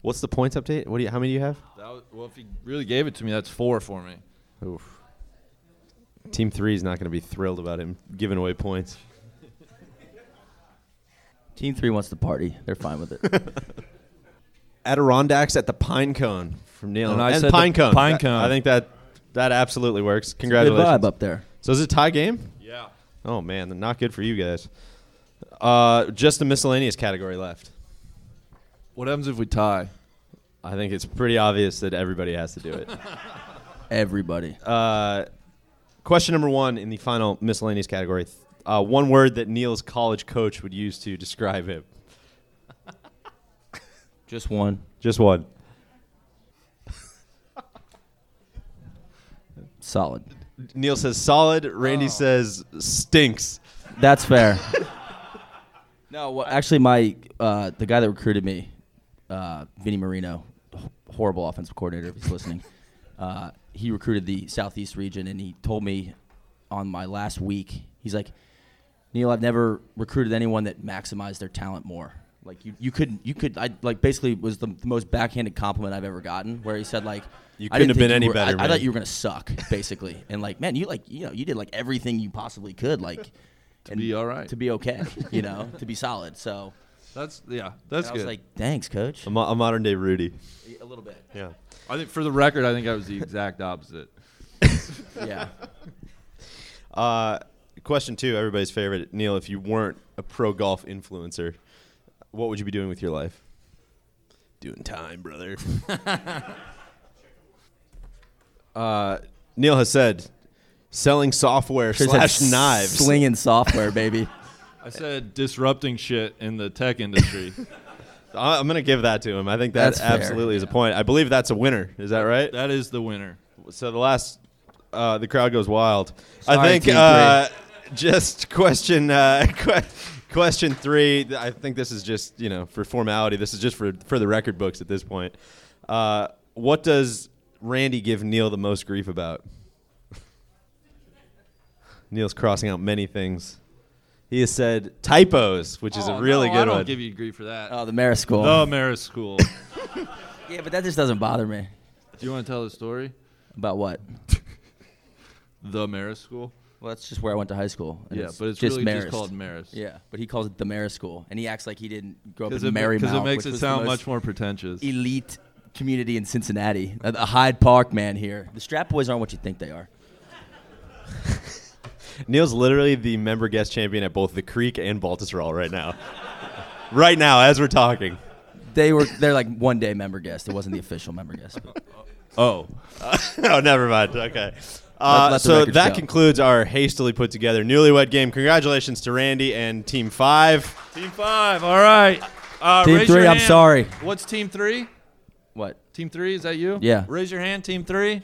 S1: What's the points update? What do you? How many do you have?
S3: That was- well, if you really gave it to me, that's four for me.
S1: Oof. Team three is not going to be thrilled about him giving away points.
S2: Team three wants to party. They're fine with it.
S1: Adirondacks at the Pine Cone from Neil
S3: And I said the
S1: Pine Cone.
S3: Pine
S1: That-
S3: Cone.
S1: I think that that absolutely works.
S2: Good
S1: Congratulations.
S2: vibe up there.
S1: So is it a tie game?
S3: Yeah.
S1: Oh man, then not good for you guys. Uh, just the miscellaneous category left.
S3: What happens if we tie?
S1: I think it's pretty obvious that everybody has to do it.
S2: Everybody.
S1: Uh, question number one in the final miscellaneous category. Th- Uh, one word that Neil's college coach would use to describe him.
S2: Just one.
S1: Just one.
S2: Solid.
S1: Neil says solid. Randy says stinks.
S2: That's fair. [LAUGHS] no, well, actually, my uh, the guy that recruited me, uh, Vinny Marino, h- horrible offensive coordinator. If he's listening, [LAUGHS] uh, he recruited the Southeast region, and he told me on my last week, he's like, Neil, I've never recruited anyone that maximized their talent more. Like you, you could, you could, I like basically was the, the most backhanded compliment I've ever gotten. Where he said like,
S1: You
S2: "I didn't
S1: couldn't have
S2: think
S1: been any
S2: were- I-
S1: better,
S2: I,
S1: man."
S2: thought you were gonna suck, basically, and like, man, you like, you know, you did like everything you possibly could, like, to
S3: be all right.
S2: to be okay, you know, to be solid. So
S3: That's yeah.
S2: and
S3: That's
S2: I
S3: good.
S2: was like, thanks, coach.
S1: A, mo- a modern day Rudy.
S2: A little bit,
S1: Yeah.
S3: I think for the record, I think I was the exact opposite. [LAUGHS]
S2: yeah.
S1: Uh, question two, everybody's favorite. Neil, if you weren't a pro golf influencer, what would you be doing with your life? Doing time, brother. [LAUGHS] uh, Neil has said selling software slash knives.
S2: slinging software,
S3: [LAUGHS]
S2: baby.
S3: I said disrupting shit in the tech industry. [LAUGHS]
S1: I- I'm going to give that to him. I think that
S2: That's fair.
S1: absolutely is a point. I believe that's a winner. Is that right?
S3: that is the winner.
S1: So the last, uh, the crowd goes wild. I
S2: Sorry,
S1: think
S2: team
S1: uh, just question uh, [LAUGHS] que- question three. th- I think this is just you know for formality. This is just for for the record books at this point. Uh, what does Randy give Neil the most grief about? [LAUGHS] Neil's crossing out many things. He has said typos, which is a really
S3: Oh, no,
S1: good
S3: I don't
S1: one.
S3: give you agree for that.
S2: Oh, the Maris school.
S3: the Maris [LAUGHS] School. Do
S2: Yeah, but that just doesn't bother me.
S3: you want to tell the story?
S2: About what?
S3: The Maris School.
S2: Well, that's just where I went to high school. and
S3: yeah, but it's really just called Maris.
S2: Yeah, but he calls it the Maris School, and he acts like he didn't grow up in
S3: because it, ma- 'cause
S2: Marymount,
S3: it makes
S2: which
S3: it
S2: was the
S3: sound
S2: most
S3: much more pretentious.
S2: elite community in Cincinnati. A, a Hyde Park man here. The Strap Boys aren't what you think they are.
S1: Neil's literally the member guest champion at both the Creek and Baltusrol right now. [LAUGHS] right now, as we're talking.
S2: They were. They're like one day member guest. It wasn't the official member guest. But
S3: [LAUGHS]
S1: Oh. [LAUGHS] oh, never mind. Okay. Uh,
S2: Let- let the
S1: so
S2: record
S1: that
S2: show.
S1: concludes our hastily put together newlywed game. Congratulations to Randy and Team Five.
S3: Team five. All right. Uh,
S2: Team
S3: raise your
S2: three, I'm
S3: hand.
S2: sorry.
S3: What's team three?
S2: what?
S3: Team three, is that you?
S2: Yeah.
S3: Raise your hand, team three.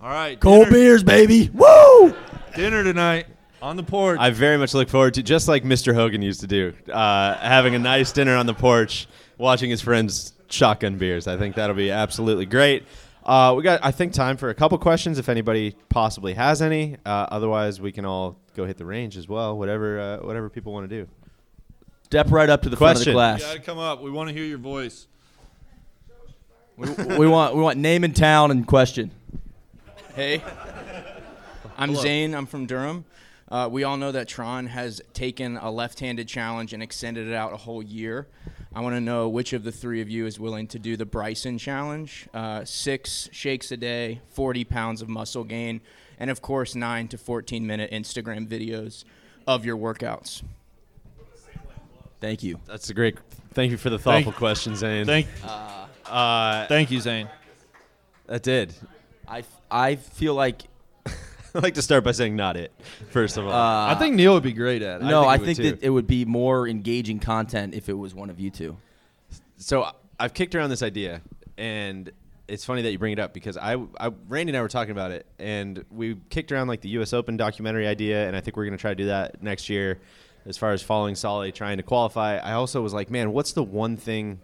S3: All right.
S6: Cold
S3: dinner,
S6: beers, baby. Woo!
S3: dinner tonight on the porch.
S1: I very much look forward to just like Mr. Hogan used to do, uh, having a nice dinner on the porch, watching his friends shotgun beers. I think that'll be absolutely great. Uh, we got, I think, time for a couple questions if anybody possibly has any. Uh, otherwise, we can all go hit the range as well. Whatever, uh, whatever people want to do.
S2: Step right up to the
S1: Question.
S2: front of
S3: you
S2: the
S3: gotta come up. We want to hear your voice.
S2: class. we want we want name and town and question.
S7: Hey, I'm Zane. I'm from Durham. Uh, we all know that Tron has taken a left-handed challenge and extended it out a whole year. I want to know which of the three of you is willing to do the Bryson challenge: uh, six shakes a day, 40 pounds of muscle gain, and of course, nine to 14-minute Instagram videos of your workouts.
S2: Thank you.
S1: That's a great. Thank you for the thoughtful question, Zane.
S3: Thank, Uh, thank you, Zane.
S1: that did.
S2: I, f- I feel like
S1: [LAUGHS] I like to start by saying not it. First of all,
S3: I think Neil would be great at it.
S2: no,
S1: think
S2: I
S1: it would
S2: think,
S1: too.
S2: that it would be more engaging content if it was one of you two.
S1: so I- I've kicked around this idea, and it's funny that you bring it up because I, I Randy and I were talking about it, and we kicked around like the U.S. Open documentary idea, and I think we're gonna try to do that next year, as far as following Solly trying to qualify. I also was like, man, what's the one thing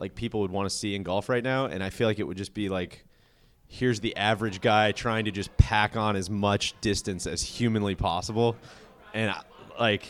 S1: like people would want to see in golf right now? And I feel like it would just be like. Here's the average guy trying to just pack on as much distance as humanly possible, and I, like,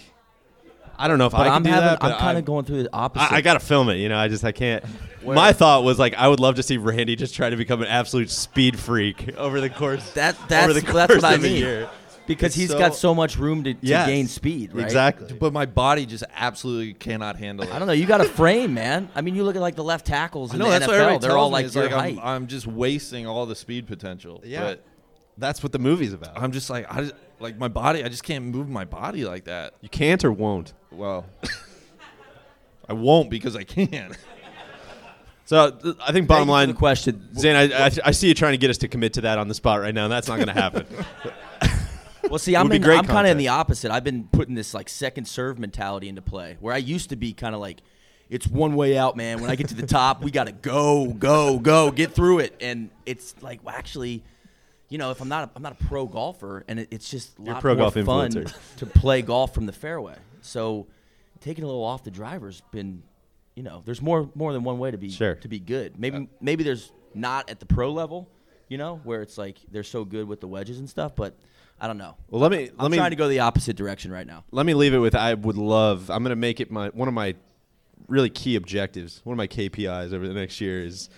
S1: I don't know if
S2: But
S1: I
S2: I
S1: can
S2: am
S1: do
S2: having
S1: that.
S2: I'm
S1: but
S2: kind
S1: I'm-
S2: of going through the opposite.
S1: I, I gotta film it. You know, I just I can't. My thought was like I would love to see Randy just try to become an absolute speed freak over the course.
S2: that
S1: over
S2: that's
S1: the
S2: that's
S1: course
S2: what I
S1: of a
S2: mean
S1: year.
S2: because
S1: It's
S2: he's
S1: so-
S2: got so much room to, to
S1: Yes.
S2: gain speed. Right?
S1: Exactly.
S3: But my body just absolutely cannot handle it.
S2: I don't know. You got a frame, man. I mean, you look at like the left tackles in
S3: No,
S2: the
S3: that's what
S2: NFL.
S3: everybody
S2: They're all
S3: tells me.
S2: like
S3: It's
S2: your height.
S3: I'm, I'm just wasting all the speed potential.
S1: Yeah.
S3: But
S1: That's what the movie's about.
S3: I'm just like I just, like my body. I just can't move my body like that.
S1: you can't or won't.
S3: Well, [LAUGHS] I won't because I can't.
S1: So th- I think bottom
S2: Thank you
S1: line
S2: for the question.
S1: Zane, I, I, I see you trying to get us to commit to that on the spot right now, and that's not
S2: [LAUGHS]
S1: going to happen.
S2: Well, see, I'm
S1: be
S2: in,
S1: great
S2: I'm kind of in
S1: content.
S2: the opposite. I've been putting this like second serve mentality into play, where I used to be kind of like, it's one way out, man. When I get to the top, we gotta go, go, go, get through it. And it's like, well, actually, you know, if I'm not, a, I'm not a pro golfer, and it, it's just a lot
S1: pro
S2: more
S1: golf
S2: fun
S1: influencer.
S2: to play golf from the fairway. So, taking a little off the driver's been, you know, there's more more than one way to be
S1: Sure.
S2: to be good. Maybe maybe there's not at the pro level, you know, where it's like they're so good with the wedges and stuff, but. I don't know.
S1: well, let me let
S2: I'm
S1: me
S2: trying to go the opposite direction right now.
S1: let me leave it with I would love. I'm going to make it my one of my really key objectives. One of my KPIs over the next year is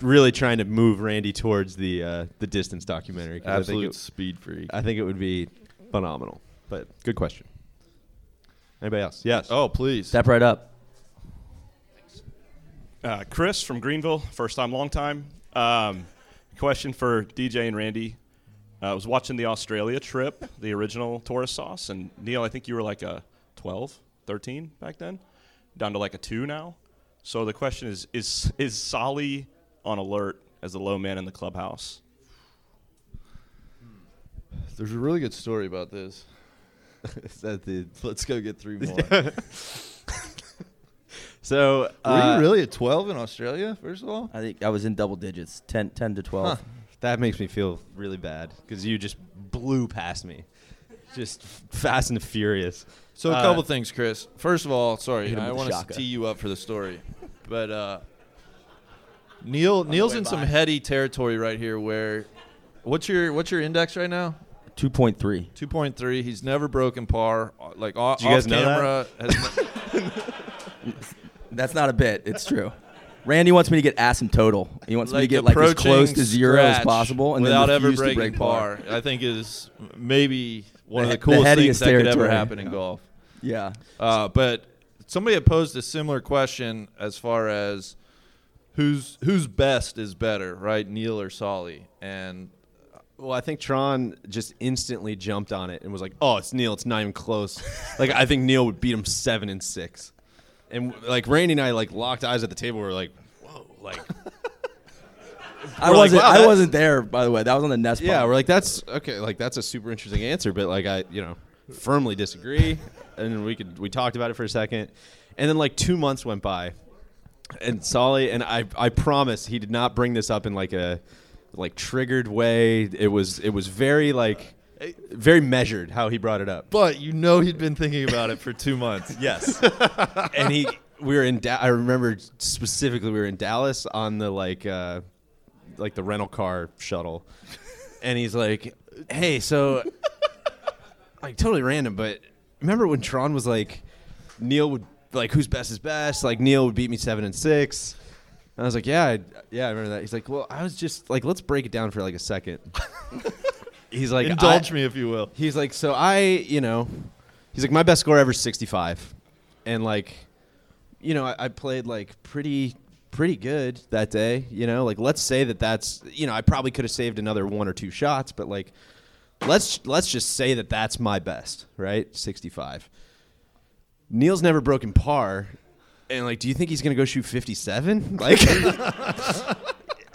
S1: really trying to move Randy towards the uh, the distance documentary. 'cause I think
S3: Absolute
S1: it-
S3: speed freak.
S1: I think it would be phenomenal. But good question. Anybody else? Yes.
S3: oh please.
S2: Step right up.
S8: Uh, Chris from Greenville, first time, long time. Um, question for DJ and Randy. Uh, I was watching the Australia trip, the original Taurus sauce, and Neil, I think you were like a 12, 13 back then, down to like a 2 now. So the question is is is Solly on alert as the low man in the clubhouse?
S3: There's a really good story about this.
S1: Is [LAUGHS] that the-
S3: Let's go get [LAUGHS] three more. Were
S1: so uh,
S3: you really at 12 in Australia? First of all,
S2: I think I was in double digits, 10, 10 to 12.
S1: that makes me feel really bad because you just blew past me, just fast and furious.
S3: So a
S1: Uh,
S3: couple things, Chris. First of all, sorry,
S2: him with
S3: I
S2: the
S3: want to
S2: shaka.
S3: tee you up for the story, but uh, Neil Neil's in some heady territory right here. Where what's your what's your index right now?
S2: 2.3.
S3: Two point three. He's never broken par. uh, Like off,
S1: you guys
S3: off
S1: know
S2: [LAUGHS]
S3: camera. Has,
S2: That's not a bit. It's true. [LAUGHS] Randy wants me to get ass and total. He wants me to
S3: like
S2: get like as
S3: approaching
S2: close to zero as
S3: scratch
S2: possible and
S3: without
S2: then
S3: ever
S2: refuse
S3: breaking
S2: to break
S3: par. I think is maybe one of
S2: The-
S3: the
S2: the
S3: coolest things
S2: headiest
S3: that could ever
S2: territory.
S3: happen in golf.
S2: Yeah.
S3: Uh, but somebody had posed a similar question as far as who's who's best is better, right? Neil or Solly? And
S1: Well, I think Tron just instantly jumped on it and was like, "Oh, it's Neil. It's not even close." [LAUGHS] like I think Neil would beat him seven and six, and like Randy and I like locked eyes at the table. We're like, "Whoa!" Like
S2: I
S1: We're like,
S2: wasn't
S1: wow,
S2: I
S1: that-
S2: wasn't there by the way. That was on the nest
S1: Yeah,
S2: pod.
S1: we're like, that's okay. Like that's a super interesting answer, but like I, you know, firmly [LAUGHS] disagree. and then we could we talked about it for a second, and then like two months went by, and Solly and I I promise he did not bring this up in like a like triggered way. It was it was very like very measured how he brought it up.
S3: But you know he'd been thinking about it for
S2: [LAUGHS]
S3: two months.
S1: Yes. and he, we were in. Da- I remember specifically we were in Dallas on the like, uh, like the rental car shuttle, and he's like, "Hey, so, like totally random, but remember when Tron was like, Neil would like who's best is best. Like Neil would beat me seven and six. And I was like, yeah, I, yeah, I remember that. He's like, well, I was just like, let's break it down for like a second. he's like,
S3: Indulge
S1: I-
S3: me if you will.
S1: He's like, so I, you know, he's like, my best score ever is 65. And like, you know, I, I played like pretty, pretty good that day. You know, like, let's say that that's, you know, I probably could have saved another one or two shots, but like, let's, let's just say that that's my best, right? 65. Neil's never broken par. And like, do you think he's going to go shoot 57? [LAUGHS] Like,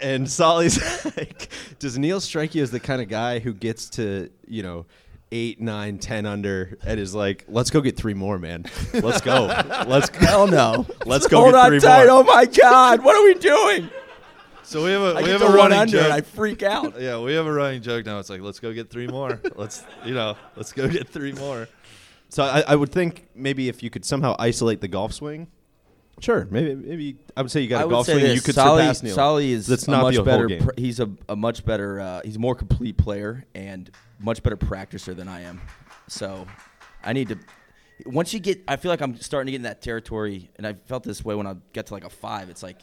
S1: and Solly's [LAUGHS] like, does Neil strike you as the kind of guy who gets to, you know, eight, nine, ten under and is like, let's go get three more, man. Let's
S2: [LAUGHS]
S1: go. Let's
S2: Hell no.
S1: [LAUGHS]
S2: [LAUGHS]
S1: Let's go
S2: Hold
S1: get
S2: on
S1: three
S2: tight.
S1: more.
S2: Oh my God. What are we doing?
S3: So we have a
S2: I
S3: we
S2: get
S3: have
S2: to
S3: a
S2: one
S3: running
S2: under
S3: joke.
S2: and I freak out.
S3: yeah, we have a running joke now. It's like let's go get three more.
S2: [LAUGHS]
S3: let's you know let's go get three more.
S1: So I, I would think maybe if you could somehow isolate the golf swing. Sure, maybe maybe I would say you got
S2: I
S1: a
S2: would
S1: golf
S2: say
S1: swing.
S2: this,
S1: You could
S2: Solly,
S1: surpass Neil.
S2: Solly is
S1: That's
S2: a
S1: not the
S2: much
S1: whole
S2: better.
S1: game.
S2: pr- he's a, a much better. Uh, he's a more complete player and much better practicer than I am. So I need to. Once you get, I feel like I'm starting to get in that territory, and I felt this way when I got to like a five. It's like,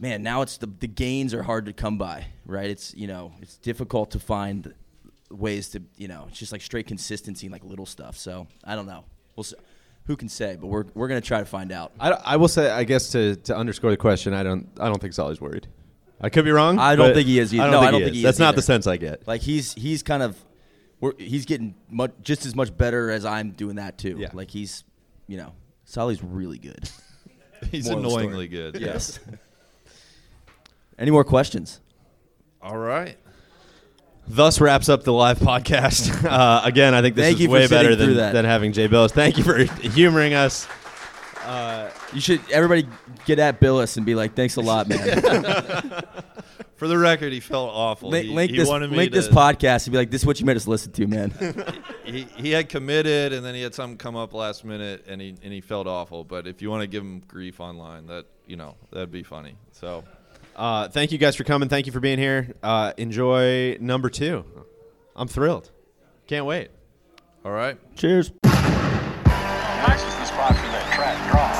S2: man, now it's the the gains are hard to come by, right? It's you know, it's difficult to find ways to you know, it's just like straight consistency and like little stuff. So I don't know. We'll see. Who can say? But we're we're gonna try to find out.
S1: I, I will say I guess to, to underscore the question, I don't I don't think Solly's worried. I could be wrong.
S2: I don't
S1: but
S2: think he is either.
S1: I don't
S2: No,
S1: think
S2: I don't
S1: he
S2: think
S1: is.
S2: he is
S1: That's not
S2: either.
S1: the sense I get.
S2: Like he's he's kind of we're, he's getting much just as much better as I'm doing that too.
S1: Yeah.
S2: Like he's you know Solly's really good.
S3: He's
S2: Moral of the story.
S3: annoyingly good.
S2: Yes. [LAUGHS] Any more questions?
S3: All right.
S1: Thus wraps up the live [LAUGHS] podcast. Uh, again, I think this
S2: Thank
S1: is
S2: you for
S1: way
S2: sitting
S1: better
S2: through
S1: than,
S2: that.
S1: than having Jay Billis. Thank you for [LAUGHS] humoring us.
S2: You should everybody get at Billis and be like, thanks a lot, man.
S3: For the record, he felt awful.
S2: link
S3: he,
S2: link
S3: he
S2: this
S3: wanted me
S2: link
S3: to,
S2: this podcast and be like, this is what you made us listen to, man.
S3: He, he had committed, and then he had something come up last minute, and he and he felt awful. But if you want to give him grief online, that you know that'd be funny. So
S1: Uh, thank you guys for coming. Thank you for being here. Uh, enjoy number two. I'm thrilled. Can't wait.
S3: all right.
S2: Cheers.
S4: Matches the spot for that trap draw.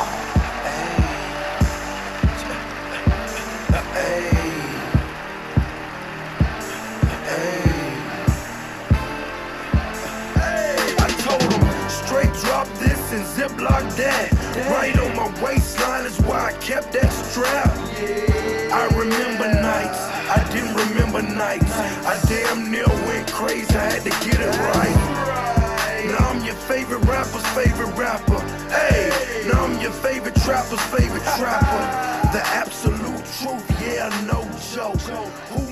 S5: I told him, straight drop this and ziploc that. Right on my waistline is why I kept that strap. I remember nights, I didn't remember nights. I damn near went crazy, I had to get it right. Now I'm your favorite rapper's favorite rapper. Hey, now I'm your favorite trapper's favorite trapper. The absolute truth, yeah, no joke. Who